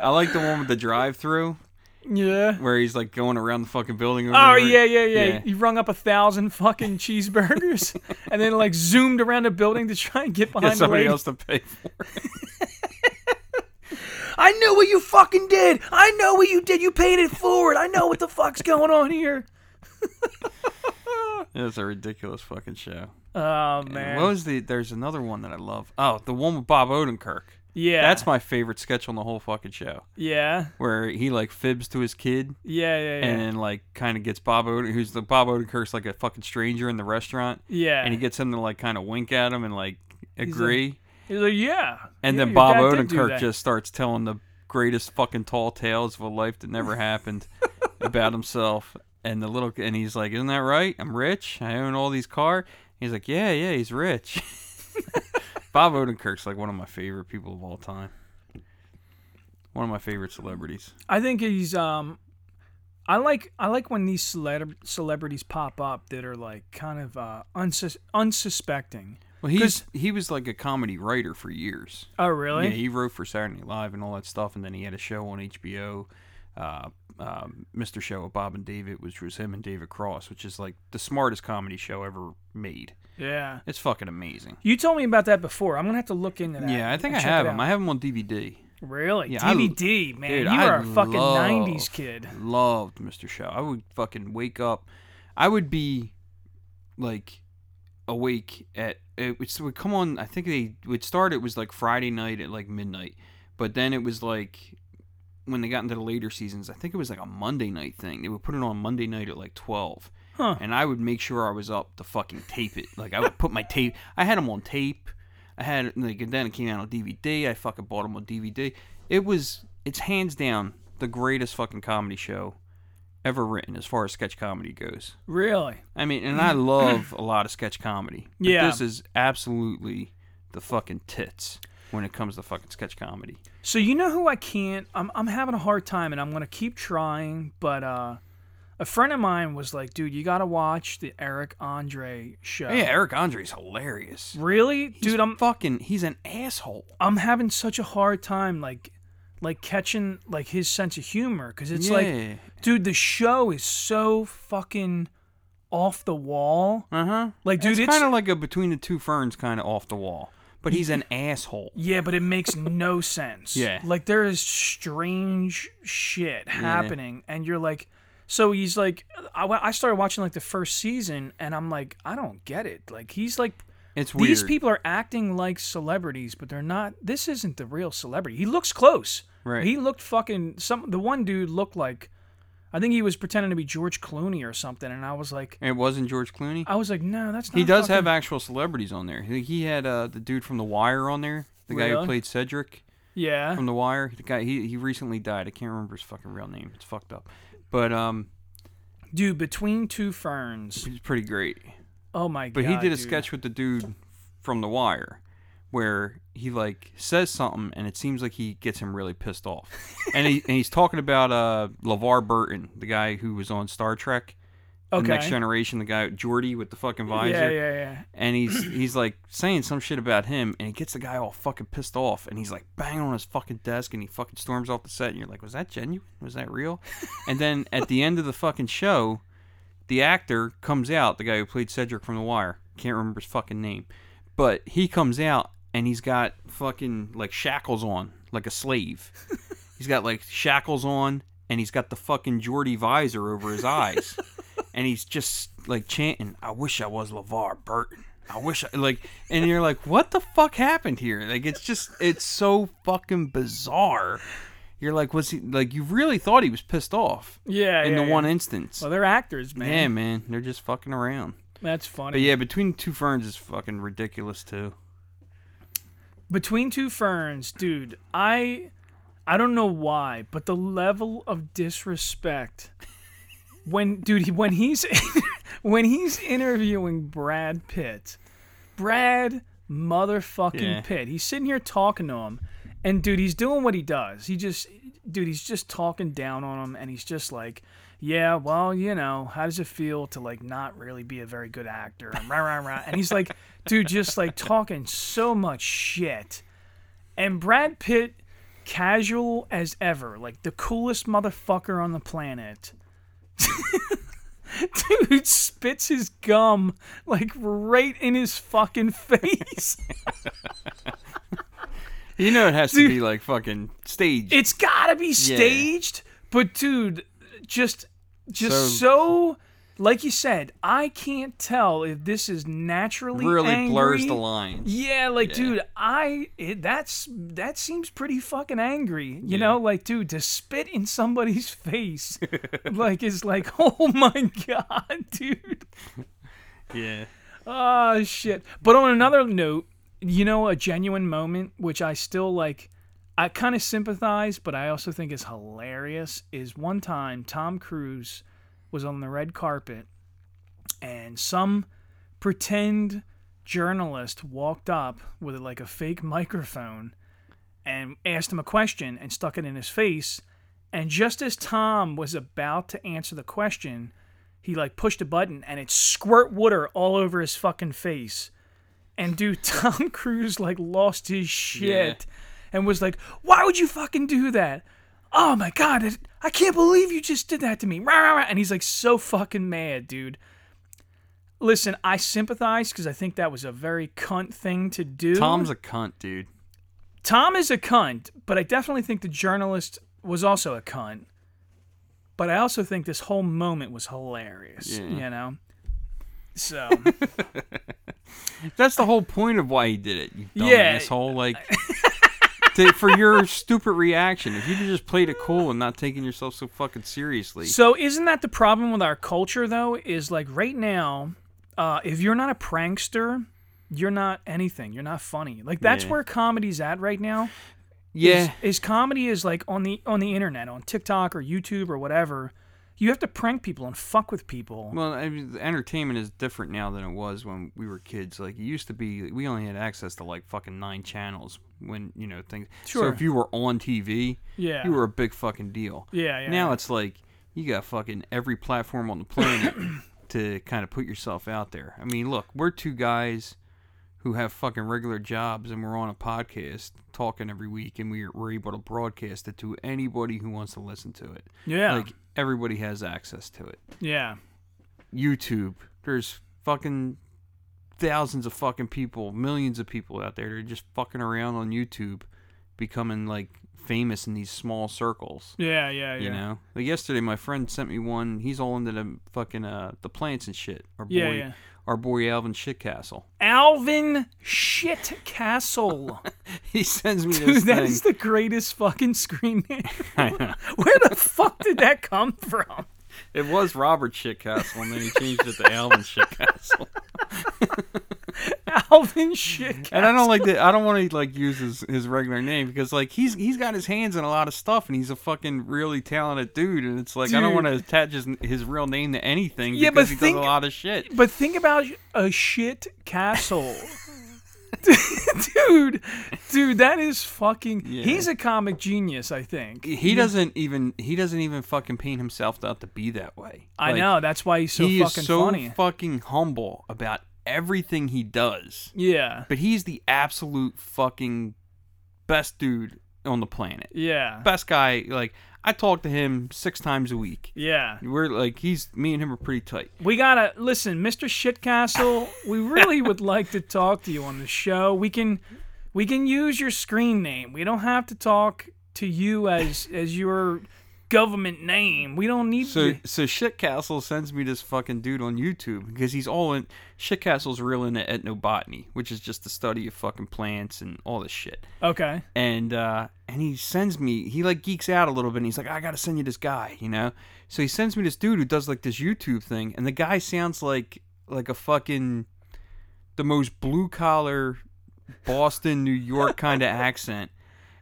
[SPEAKER 7] I like the one with the drive-through
[SPEAKER 8] Yeah.
[SPEAKER 7] where he's like going around the fucking building. over
[SPEAKER 8] Oh
[SPEAKER 7] and over.
[SPEAKER 8] yeah, yeah, yeah,
[SPEAKER 7] Yeah.
[SPEAKER 8] He rung up a thousand fucking cheeseburgers and then like zoomed around the building to try and get behind
[SPEAKER 7] Get
[SPEAKER 8] the
[SPEAKER 7] somebody
[SPEAKER 8] lady.
[SPEAKER 7] else to pay for. it.
[SPEAKER 8] I know what you fucking did. I know what you did. You paid it forward. I know what the fuck's going on here.
[SPEAKER 7] It's a ridiculous fucking show.
[SPEAKER 8] Oh
[SPEAKER 7] And
[SPEAKER 8] man.
[SPEAKER 7] What was the? There's another one that I love. Oh, the one with Bob Odenkirk.
[SPEAKER 8] yeah.
[SPEAKER 7] That's my favorite sketch on the whole fucking show,
[SPEAKER 8] Yeah.
[SPEAKER 7] where he like fibs to his kid
[SPEAKER 8] Yeah, yeah, yeah.
[SPEAKER 7] and like kind of gets Bob Oden, who's the Bob Odenkirk's like a fucking stranger in the restaurant,
[SPEAKER 8] yeah.
[SPEAKER 7] and he gets him to like kind of wink at him and like agree,
[SPEAKER 8] He's like, yeah.
[SPEAKER 7] and
[SPEAKER 8] yeah,
[SPEAKER 7] then
[SPEAKER 8] your
[SPEAKER 7] Bob
[SPEAKER 8] dad did do
[SPEAKER 7] Odenkirk
[SPEAKER 8] that.
[SPEAKER 7] just starts telling the greatest fucking tall tales of a life that never happened about himself, and the little and he's like, isn't that right? I'm rich. I own all these car. He's like, yeah, yeah, he's rich. Bob Odenkirk's like one of my favorite people of all time. One of my favorite celebrities.
[SPEAKER 8] I think he's um I like I like when these celeb- celebrities pop up that are like kind of uh unsus- unsuspecting.
[SPEAKER 7] Well, he's he was like a comedy writer for years.
[SPEAKER 8] Oh really?
[SPEAKER 7] Yeah, he wrote for Saturday Night Live and all that stuff, and then he had a show on HBO, uh, um, Mr. Show with Bob and David, which was him and David Cross, which is like the smartest comedy show ever made.
[SPEAKER 8] yeah.
[SPEAKER 7] It's fucking amazing.
[SPEAKER 8] You told me about that before. I'm gonna have to look into that.
[SPEAKER 7] Yeah, I think I
[SPEAKER 8] and check
[SPEAKER 7] have
[SPEAKER 8] it
[SPEAKER 7] him.
[SPEAKER 8] out.
[SPEAKER 7] I have him on DVD.
[SPEAKER 8] really
[SPEAKER 7] Yeah, I l-
[SPEAKER 8] DVD man.
[SPEAKER 7] Dude,
[SPEAKER 8] you
[SPEAKER 7] I
[SPEAKER 8] are a fucking
[SPEAKER 7] love-
[SPEAKER 8] '90s kid.
[SPEAKER 7] Loved Mr. Show. I would fucking wake up. I would be like awake at it would, so it would come on. I think they would start. It was like Friday night at like midnight, but then it was like when they got into the later seasons. I think it was like a Monday night thing. They would put it on Monday night at like twelve.
[SPEAKER 8] Huh.
[SPEAKER 7] And I would make sure I was up to fucking tape it. Like I would put my tape. I had them on tape. I had like and then it came out on DVD. I fucking bought them on DVD. It was it's hands down the greatest fucking comedy show ever written as far as sketch comedy goes.
[SPEAKER 8] Really?
[SPEAKER 7] I mean, and I love a lot of sketch comedy. but
[SPEAKER 8] Mm. Yeah.
[SPEAKER 7] this is absolutely the fucking tits when it comes to fucking sketch comedy.
[SPEAKER 8] So you know who I can't? I'm I'm having a hard time, and I'm gonna keep trying. But uh, a friend of mine was like, "Dude, you gotta watch the Eric Andre show."
[SPEAKER 7] Yeah, Eric Andre's hilarious.
[SPEAKER 8] Really,
[SPEAKER 7] He's
[SPEAKER 8] dude? I'm
[SPEAKER 7] fucking. He's an asshole.
[SPEAKER 8] I'm having such a hard time, like, like catching like his sense of humor, because it's like,
[SPEAKER 7] Yeah.
[SPEAKER 8] dude, the show is so fucking off the wall.
[SPEAKER 7] Uh huh.
[SPEAKER 8] Like, dude,
[SPEAKER 7] it's
[SPEAKER 8] it's
[SPEAKER 7] kind of like a between the two ferns kind of off the wall, but he's an asshole.
[SPEAKER 8] Yeah, but it makes no sense.
[SPEAKER 7] Yeah.
[SPEAKER 8] Like there is strange shit happening, and you're like, so he's like, I, wa- I started watching like the first season, and I'm like, I don't get it. Like he's like,
[SPEAKER 7] It's weird.
[SPEAKER 8] these people are acting like celebrities, but they're not. This isn't the real celebrity. He looks close.
[SPEAKER 7] Right.
[SPEAKER 8] He looked fucking some. The one dude looked like, I think he was pretending to be George Clooney or something, and I was like,
[SPEAKER 7] It wasn't George Clooney.
[SPEAKER 8] I was like, no, that's not.
[SPEAKER 7] He does
[SPEAKER 8] fucking-
[SPEAKER 7] have actual celebrities on there. He he had uh, the dude from The Wire on there, the guy who
[SPEAKER 8] Really?
[SPEAKER 7] played Cedric
[SPEAKER 8] Yeah.
[SPEAKER 7] from The Wire. The guy he he recently died. I can't remember his fucking real name. It's fucked up, but um,
[SPEAKER 8] Dude, between two ferns.
[SPEAKER 7] he's pretty great.
[SPEAKER 8] Oh my
[SPEAKER 7] But
[SPEAKER 8] god.
[SPEAKER 7] he did a
[SPEAKER 8] dude.
[SPEAKER 7] sketch with the dude from The Wire where he like says something and it seems like he gets him really pissed off. and, he, and he's talking about uh LeVar Burton, the guy who was on Star Trek, the
[SPEAKER 8] Okay.
[SPEAKER 7] Next Generation, the guy Jordy with the fucking visor.
[SPEAKER 8] Yeah, yeah, yeah.
[SPEAKER 7] And he's he's like saying some shit about him and he gets the guy all fucking pissed off and he's like banging on his fucking desk and he fucking storms off the set and you're like, Was that genuine? Was that real? and then at the end of the fucking show, the actor comes out, the guy who played Cedric from The Wire, can't remember his fucking name, but he comes out and he's got fucking like shackles on, like a slave. He's got like shackles on, and he's got the fucking Geordie visor over his eyes, and he's just like chanting, "I wish I was LeVar Burton." I wish I like, and you're like, what the fuck happened here? Like, it's just, it's so fucking bizarre. You're like, was he like? You really thought he was pissed off
[SPEAKER 8] Yeah.
[SPEAKER 7] in
[SPEAKER 8] yeah,
[SPEAKER 7] the
[SPEAKER 8] yeah.
[SPEAKER 7] one instance?
[SPEAKER 8] Well, they're actors, man.
[SPEAKER 7] yeah, man, they're just fucking around.
[SPEAKER 8] That's funny.
[SPEAKER 7] But yeah, between two ferns is fucking ridiculous too.
[SPEAKER 8] Between Two Ferns, dude, I I don't know why, but the level of disrespect when dude, he- when he's when he's interviewing Brad Pitt. Brad motherfucking
[SPEAKER 7] Yeah.
[SPEAKER 8] Pitt. He's sitting here talking to him and dude, he's doing what he does. He just dude, he's just talking down on him and he's just like yeah, well, you know, how does it feel to like not really be a very good actor? And rah, rah, rah. And he's like, dude, just like talking so much shit. And Brad Pitt, casual as ever, like the coolest motherfucker on the planet. Dude spits his gum like right in his fucking face.
[SPEAKER 7] You know, it has to be like fucking staged.
[SPEAKER 8] It's gotta be staged, but dude, just just
[SPEAKER 7] So-
[SPEAKER 8] so, like you said, I can't tell if this is naturally
[SPEAKER 7] really blurs
[SPEAKER 8] angry.
[SPEAKER 7] the lines.
[SPEAKER 8] Yeah, like dude, I it, that's that seems pretty fucking angry. You know, like dude, to spit in somebody's face, like is like, oh my god, dude.
[SPEAKER 7] Yeah.
[SPEAKER 8] Oh shit. But on another note, you know, a genuine moment which I still like I kind of sympathize, but I also think is hilarious is one time Tom Cruise was on the red carpet and some pretend journalist walked up with like a fake microphone and asked him a question and stuck it in his face and just as Tom was about to answer the question, he like pushed a button and it squirt water all over his fucking face. And dude, Tom Cruise like lost his shit and was like, "Why would you fucking do that? Oh my god, it, I can't believe you just did that to me!" Rah, rah, rah. And he's like so fucking mad, dude. Listen, I sympathize because I think that was a very cunt thing to do.
[SPEAKER 7] Tom's a cunt, dude.
[SPEAKER 8] Tom is a cunt, but I definitely think the journalist was also a cunt. But I also think this whole moment was hilarious, you know? So,
[SPEAKER 7] That's the whole point of why he did it. You dumb
[SPEAKER 8] Yeah.
[SPEAKER 7] asshole. Like, to, for your stupid reaction. If you'd have just played it cool and not taking yourself so fucking seriously.
[SPEAKER 8] so isn't that the problem with our culture, though? Is like right now, uh, if you're not a prankster, you're not anything. You're not funny. Like that's
[SPEAKER 7] Yeah.
[SPEAKER 8] where comedy's at right now.
[SPEAKER 7] yeah.
[SPEAKER 8] is comedy is like on the on the internet, on TikTok or YouTube or whatever. You have to prank people and fuck with people.
[SPEAKER 7] Well, I mean, the entertainment is different now than it was when we were kids. Like it used to be, we only had access to like fucking nine channels when you know things. So
[SPEAKER 8] Sure.
[SPEAKER 7] if you were on TV,
[SPEAKER 8] Yeah.
[SPEAKER 7] you were a big fucking deal.
[SPEAKER 8] Yeah, yeah,
[SPEAKER 7] Now
[SPEAKER 8] yeah.
[SPEAKER 7] it's like you got fucking every platform on the planet to kind of put yourself out there. I mean, look, we're two guys who have fucking regular jobs and we're on a podcast talking every week and we're, we're able to broadcast it to anybody who wants to listen to it.
[SPEAKER 8] Yeah.
[SPEAKER 7] Like everybody has access to it.
[SPEAKER 8] yeah.
[SPEAKER 7] YouTube. There's fucking thousands of fucking people, millions of people out there. They're just fucking around on YouTube, becoming like famous in these small circles.
[SPEAKER 8] Yeah, yeah, yeah.
[SPEAKER 7] You know, like yesterday, my friend sent me one. He's all into the fucking uh the plants and shit. Our boy,
[SPEAKER 8] Yeah, yeah.
[SPEAKER 7] our boy Alvin Shitcastle.
[SPEAKER 8] Alvin Shitcastle.
[SPEAKER 7] He sends me
[SPEAKER 8] Dude,
[SPEAKER 7] this
[SPEAKER 8] that
[SPEAKER 7] thing.
[SPEAKER 8] is the greatest fucking screen name. Where the fuck did that come from?
[SPEAKER 7] It was Robert Shitcastle, and then he changed it to Alvin Shitcastle.
[SPEAKER 8] Alvin Shitcastle.
[SPEAKER 7] And I don't like that. I don't want to like use his, his regular name because like he's he's got his hands in a lot of stuff and he's a fucking really talented dude. And it's like I don't
[SPEAKER 8] Dude.
[SPEAKER 7] want to attach his his real name to anything.
[SPEAKER 8] Yeah,
[SPEAKER 7] because
[SPEAKER 8] but
[SPEAKER 7] he
[SPEAKER 8] think-
[SPEAKER 7] does a lot of shit.
[SPEAKER 8] But think about a shit castle. dude, dude, that is fucking. He's a comic genius, I think.
[SPEAKER 7] He doesn't even he doesn't even fucking paint himself out to be that way.
[SPEAKER 8] I
[SPEAKER 7] Like,
[SPEAKER 8] know. That's why he's so
[SPEAKER 7] he
[SPEAKER 8] fucking
[SPEAKER 7] is so
[SPEAKER 8] funny.
[SPEAKER 7] fucking humble about everything he does.
[SPEAKER 8] yeah.
[SPEAKER 7] But he's the absolute fucking best dude on the planet.
[SPEAKER 8] Yeah.
[SPEAKER 7] Best guy. Like I talk to him six times a week.
[SPEAKER 8] Yeah.
[SPEAKER 7] We're like he's me and him are pretty tight.
[SPEAKER 8] We gotta listen, Mr. Shitcastle. we really would like to talk to you on the show. We can, we can use your screen name. We don't have to talk to you as as your government name. We don't need
[SPEAKER 7] So
[SPEAKER 8] to.
[SPEAKER 7] so Shitcastle sends me this fucking dude on YouTube because he's all in Shitcastle's real into ethnobotany, which is just the study of fucking plants and all this shit.
[SPEAKER 8] Okay.
[SPEAKER 7] and uh, and he sends me he like geeks out a little bit and he's like i gotta send you this guy you know so he sends me this dude who does like this youtube thing and the guy sounds like like a fucking the most blue collar boston new york kind of accent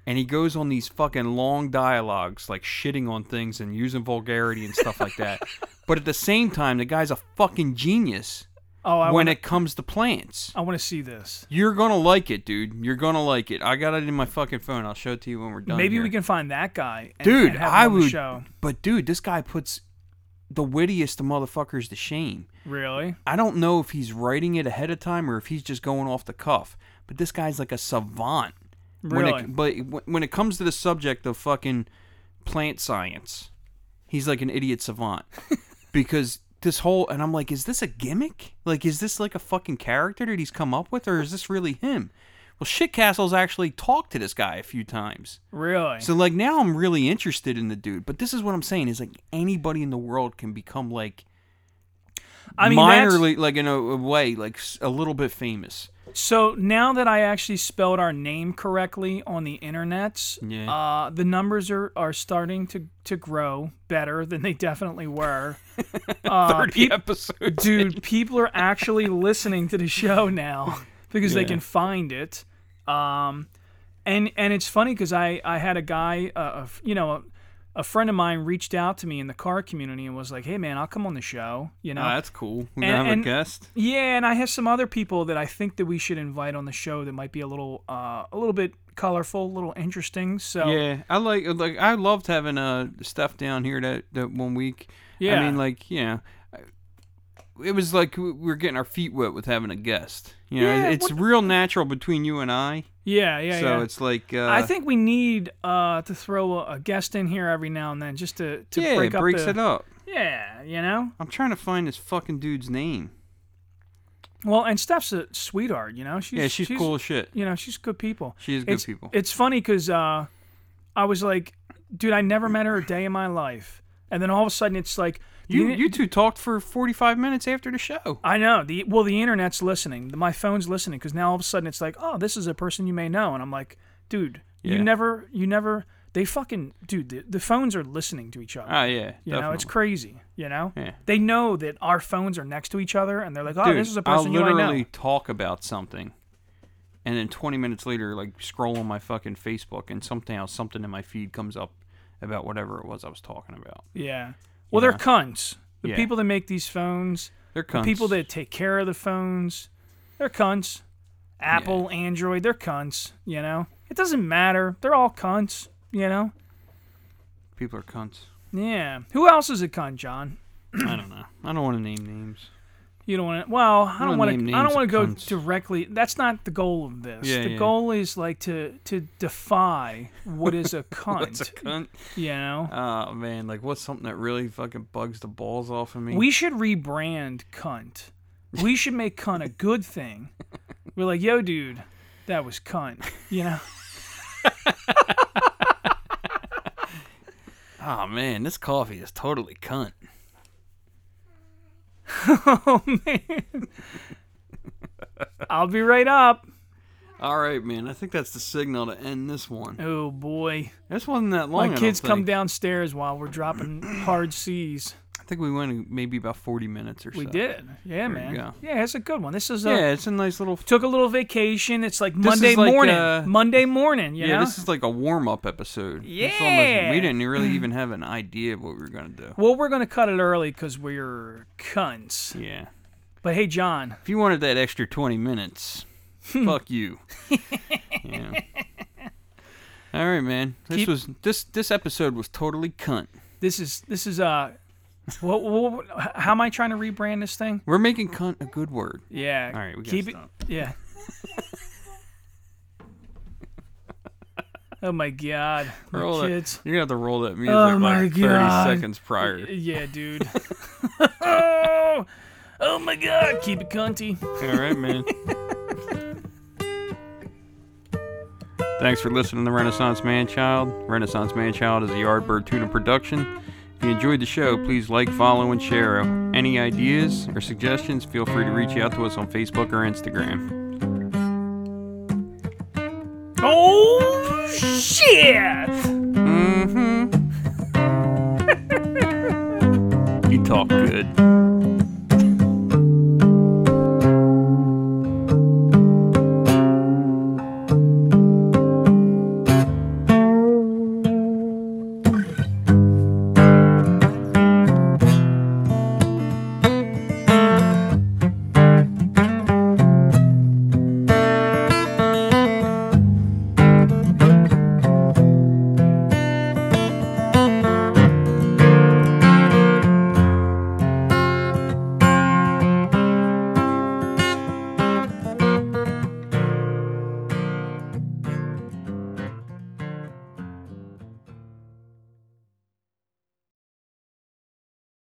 [SPEAKER 7] and he goes on these fucking long dialogues like shitting on things and using vulgarity and stuff like that but at the same time the guy's a fucking genius
[SPEAKER 8] Oh, I
[SPEAKER 7] when
[SPEAKER 8] want
[SPEAKER 7] it comes to plants
[SPEAKER 8] I want to see this.
[SPEAKER 7] you're gonna like it, dude. You're gonna like it. I got it in my fucking phone. I'll show it to you when we're done.
[SPEAKER 8] Maybe
[SPEAKER 7] here.
[SPEAKER 8] we can find that guy. and-
[SPEAKER 7] dude.
[SPEAKER 8] and have him
[SPEAKER 7] I
[SPEAKER 8] on the
[SPEAKER 7] would,
[SPEAKER 8] show.
[SPEAKER 7] but dude, this guy puts the wittiest motherfuckers to shame.
[SPEAKER 8] Really?
[SPEAKER 7] I don't know if he's writing it ahead of time or if he's just going off the cuff. But this guy's like a savant. When
[SPEAKER 8] Really?
[SPEAKER 7] it, but when- when it comes to the subject of fucking plant science, he's like an idiot savant because this whole and I'm like, is this a gimmick? Like, is this like a fucking character that he's come up with, or is this really him? Well, Shitcastle's actually talked to this guy a few times.
[SPEAKER 8] really?
[SPEAKER 7] So like now I'm really interested in the dude, but this is what I'm saying is like anybody in the world can become like
[SPEAKER 8] I mean, that's-
[SPEAKER 7] minorly like in a, a way like s- a little bit famous.
[SPEAKER 8] So now that I actually spelled our name correctly on the internets,
[SPEAKER 7] Yeah.
[SPEAKER 8] uh, the numbers are, are starting to, to grow better than they definitely were.
[SPEAKER 7] Thirty episodes,
[SPEAKER 8] Uh, Dude, people are actually listening to the show now because they
[SPEAKER 7] Yeah.
[SPEAKER 8] can find it. Um, and and it's funny because I, I had a guy, uh, a f- you know, a, a friend of mine reached out to me in the car community and was like, hey, man, I'll come on the show. You know,
[SPEAKER 7] Ah, that's cool. We're
[SPEAKER 8] And-
[SPEAKER 7] gonna have
[SPEAKER 8] and-
[SPEAKER 7] a guest.
[SPEAKER 8] Yeah, and I have some other people that I think that we should invite on the show that might be a little, uh, a little bit colorful, a little interesting. So
[SPEAKER 7] Yeah, I like like I loved having uh stuff down here that that one week.
[SPEAKER 8] Yeah.
[SPEAKER 7] I mean like yeah, it was like we we were getting our feet wet with having a guest. You know,
[SPEAKER 8] Yeah,
[SPEAKER 7] it's
[SPEAKER 8] what
[SPEAKER 7] real natural between you and I.
[SPEAKER 8] yeah, yeah.
[SPEAKER 7] so
[SPEAKER 8] yeah.
[SPEAKER 7] it's like uh,
[SPEAKER 8] I think we need uh, to throw a, a guest in here every now and then just to, to
[SPEAKER 7] yeah,
[SPEAKER 8] break
[SPEAKER 7] it
[SPEAKER 8] up
[SPEAKER 7] breaks
[SPEAKER 8] the,
[SPEAKER 7] it up.
[SPEAKER 8] Yeah, you know.
[SPEAKER 7] I'm trying to find this fucking dude's name.
[SPEAKER 8] Well, and Steph's a sweetheart. You know, she's
[SPEAKER 7] yeah, she's, cool as shit.
[SPEAKER 8] You know, she's good people.
[SPEAKER 7] She is good
[SPEAKER 8] it's,
[SPEAKER 7] people.
[SPEAKER 8] It's funny because uh, I was like, dude, I never met her a day in my life, and then all of a sudden it's like.
[SPEAKER 7] You
[SPEAKER 8] didn't-
[SPEAKER 7] you two talked for 45 minutes after the show.
[SPEAKER 8] I know. The well, the internet's listening. My phone's listening because now all of a sudden it's like, oh, this is a person you may know, and I'm like, dude,
[SPEAKER 7] Yeah.
[SPEAKER 8] you never, you never. They fucking dude. The, the phones are listening to each other.
[SPEAKER 7] Oh yeah,
[SPEAKER 8] you
[SPEAKER 7] definitely.
[SPEAKER 8] know, it's crazy. You know,
[SPEAKER 7] Yeah.
[SPEAKER 8] they know that our phones are next to each other, and they're like, oh,
[SPEAKER 7] Dude,
[SPEAKER 8] this is a
[SPEAKER 7] I'll
[SPEAKER 8] person you might
[SPEAKER 7] literally
[SPEAKER 8] know.
[SPEAKER 7] talk about something, and then 20 minutes later, like scroll on my fucking Facebook, and somehow something in my feed comes up about whatever it was I was talking about.
[SPEAKER 8] Yeah. Well, they're cunts. The
[SPEAKER 7] Yeah.
[SPEAKER 8] people that make these phones,
[SPEAKER 7] They're
[SPEAKER 8] the
[SPEAKER 7] cunts.
[SPEAKER 8] people that take care of the phones, they're cunts. Apple, Android, they're cunts. You know, it doesn't matter. They're all cunts. You know.
[SPEAKER 7] people are cunts.
[SPEAKER 8] Yeah. Who else is a cunt, John?
[SPEAKER 7] I don't know. I don't want to name names.
[SPEAKER 8] You don't want to. Well, I don't
[SPEAKER 7] don't
[SPEAKER 8] want
[SPEAKER 7] name
[SPEAKER 8] to. I
[SPEAKER 7] names
[SPEAKER 8] don't want
[SPEAKER 7] of
[SPEAKER 8] to go
[SPEAKER 7] cunts.
[SPEAKER 8] directly. That's not the goal of this.
[SPEAKER 7] Yeah,
[SPEAKER 8] the
[SPEAKER 7] yeah.
[SPEAKER 8] goal is like to to defy what is a cunt.
[SPEAKER 7] What's a cunt?
[SPEAKER 8] You know.
[SPEAKER 7] Oh man, like what's something that really fucking bugs the balls off of me?
[SPEAKER 8] We should rebrand cunt. We should make cunt a good thing. We're like, yo, dude, that was cunt. You know.
[SPEAKER 7] oh man, this coffee is totally cunt.
[SPEAKER 8] oh man. I'll be right up.
[SPEAKER 7] All right, man. I think that's the signal to end this one.
[SPEAKER 8] Oh boy.
[SPEAKER 7] This wasn't that long.
[SPEAKER 8] My
[SPEAKER 7] I don't
[SPEAKER 8] kids come
[SPEAKER 7] think.
[SPEAKER 8] downstairs while we're dropping hard C's.
[SPEAKER 7] I think we went maybe about 40 minutes or so.
[SPEAKER 8] We did. Yeah,
[SPEAKER 7] you
[SPEAKER 8] man.
[SPEAKER 7] go.
[SPEAKER 8] Yeah, it's a good one. This is a
[SPEAKER 7] Yeah, it's a nice little
[SPEAKER 8] took a little vacation. It's like
[SPEAKER 7] is
[SPEAKER 8] Monday
[SPEAKER 7] like,
[SPEAKER 8] morning.
[SPEAKER 7] uh,
[SPEAKER 8] Monday morning, you
[SPEAKER 7] yeah,
[SPEAKER 8] know?
[SPEAKER 7] this is like a warm up episode. It's almost-
[SPEAKER 8] Yeah.
[SPEAKER 7] we didn't really even have an idea of what we were going to do.
[SPEAKER 8] well, we're going to cut it early cuz we're cunts.
[SPEAKER 7] Yeah.
[SPEAKER 8] But hey, John,
[SPEAKER 7] If you wanted that extra 20 minutes, fuck you. Yeah. All right, man. This
[SPEAKER 8] Keep-
[SPEAKER 7] was this this episode was totally cunt.
[SPEAKER 8] this is this is uh what, what, how am I trying to rebrand this thing?
[SPEAKER 7] We're making cunt a good word.
[SPEAKER 8] Yeah.
[SPEAKER 7] All right, we gotta
[SPEAKER 8] keep
[SPEAKER 7] stop.
[SPEAKER 8] it. Yeah. oh my god, my
[SPEAKER 7] Roll that-
[SPEAKER 8] kids.
[SPEAKER 7] You're gonna have to roll that music
[SPEAKER 8] Oh my
[SPEAKER 7] like 30
[SPEAKER 8] God.
[SPEAKER 7] seconds prior.
[SPEAKER 8] Yeah, dude. oh, oh my god, keep it cunty.
[SPEAKER 7] All right, man. Thanks for listening to Renaissance Man Child. Renaissance Man Child is a Yardbird Tuna production. If you enjoyed the show, please like, follow, and share. Any ideas or suggestions, feel free to reach out to us on Facebook or Instagram.
[SPEAKER 8] Oh shit!
[SPEAKER 7] Mm-hmm. you talk good.